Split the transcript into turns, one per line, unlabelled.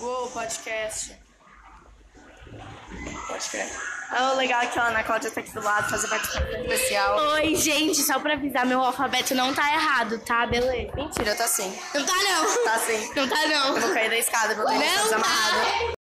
Uou, podcast.
Pode crer.
Ah, o legal é que a Ana Cláudia tá aqui do lado, fazer bate-papo especial.
Oi, gente, só pra avisar, meu alfabeto não tá errado, tá? Beleza?
Mentira, tá sim.
Não tá, não.
Tá sim.
Não tá, não.
Eu vou cair da escada, meu Deus, tá desamarrado.